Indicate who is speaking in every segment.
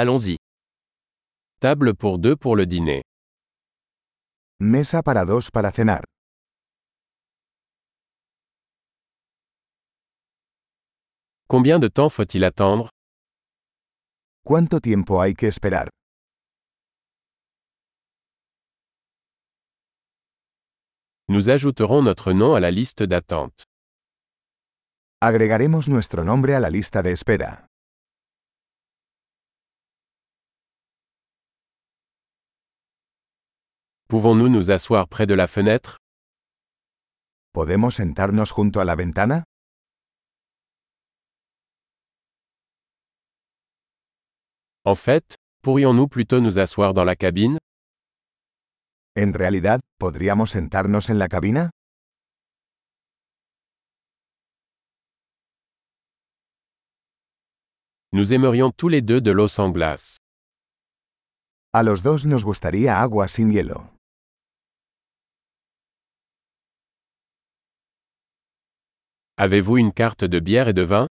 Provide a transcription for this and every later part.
Speaker 1: Allons-y. Table pour deux pour le dîner.
Speaker 2: Mesa para dos para cenar.
Speaker 1: Combien de temps faut-il attendre
Speaker 2: ¿Cuánto tiempo hay que esperar?
Speaker 1: Nous ajouterons notre nom à la liste d'attente.
Speaker 2: Agregaremos nuestro nombre a la lista de espera.
Speaker 1: Pouvons-nous nous asseoir près de la fenêtre
Speaker 2: ¿Podemos sentarnos junto a la ventana?
Speaker 1: En fait, pourrions-nous plutôt nous asseoir dans la cabine
Speaker 2: En realidad, ¿podríamos sentarnos en la cabina?
Speaker 1: Nous aimerions tous les deux de l'eau sans glace.
Speaker 2: A los dos nos gustaría agua sin hielo.
Speaker 1: Avez-vous une carte de bière et de vin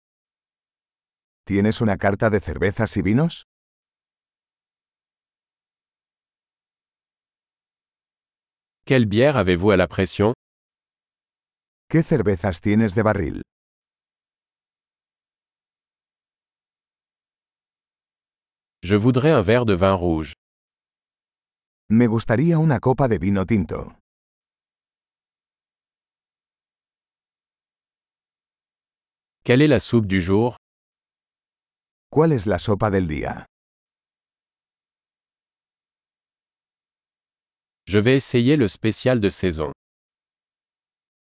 Speaker 2: ¿Tienes una carta de cervezas y vinos?
Speaker 1: Quelle bière avez-vous à la pression
Speaker 2: ¿Qué cervezas tienes de barril?
Speaker 1: Je voudrais un verre de vin rouge.
Speaker 2: Me gustaría una copa de vino tinto.
Speaker 1: Quelle est la soupe du jour
Speaker 2: ¿Cuál es la sopa del día?
Speaker 1: Je vais essayer le spécial de saison.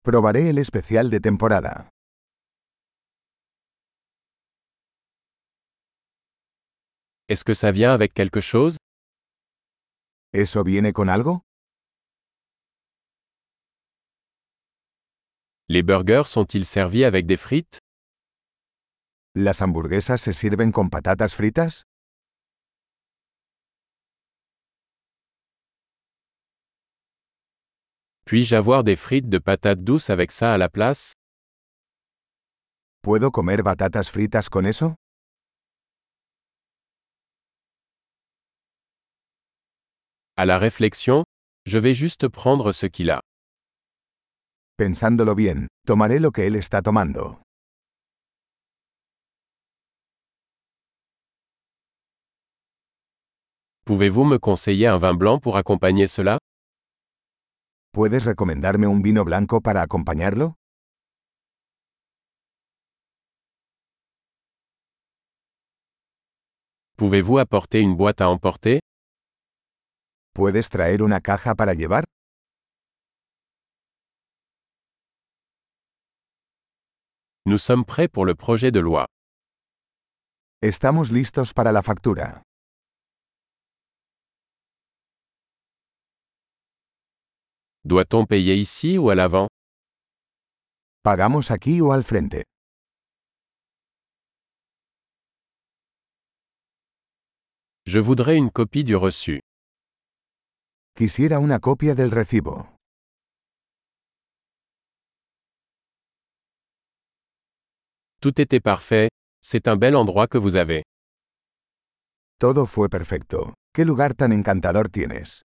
Speaker 2: Probaré el especial de temporada.
Speaker 1: Est-ce que ça vient avec quelque chose
Speaker 2: ¿Eso viene con algo?
Speaker 1: Les burgers sont-ils servis avec des frites
Speaker 2: ¿Las hamburguesas se sirven con patatas fritas?
Speaker 1: Puis-je avoir des frites de patates douces avec ça à la place
Speaker 2: ¿Puedo comer batatas fritas con eso?
Speaker 1: À la réflexion, je vais juste prendre ce qu'il a.
Speaker 2: Pensándolo bien, tomaré lo que él está tomando.
Speaker 1: Pouvez-vous me conseiller un vin blanc pour accompagner cela
Speaker 2: ¿Puedes recomendarme un vino blanco para acompañarlo?
Speaker 1: Pouvez-vous apporter une boîte à emporter
Speaker 2: ¿Puedes traer una caja para llevar?
Speaker 1: Nous sommes prêts pour le projet de loi.
Speaker 2: Estamos listos para la factura.
Speaker 1: Doit-on payer ici ou à l'avant
Speaker 2: ¿Pagamos aquí o al frente?
Speaker 1: Je voudrais une copie du reçu.
Speaker 2: Quisiera una copia del recibo.
Speaker 1: Tout était parfait, c'est un bel endroit que vous avez.
Speaker 2: Todo fue perfecto. ¿Qué lugar tan encantador tienes?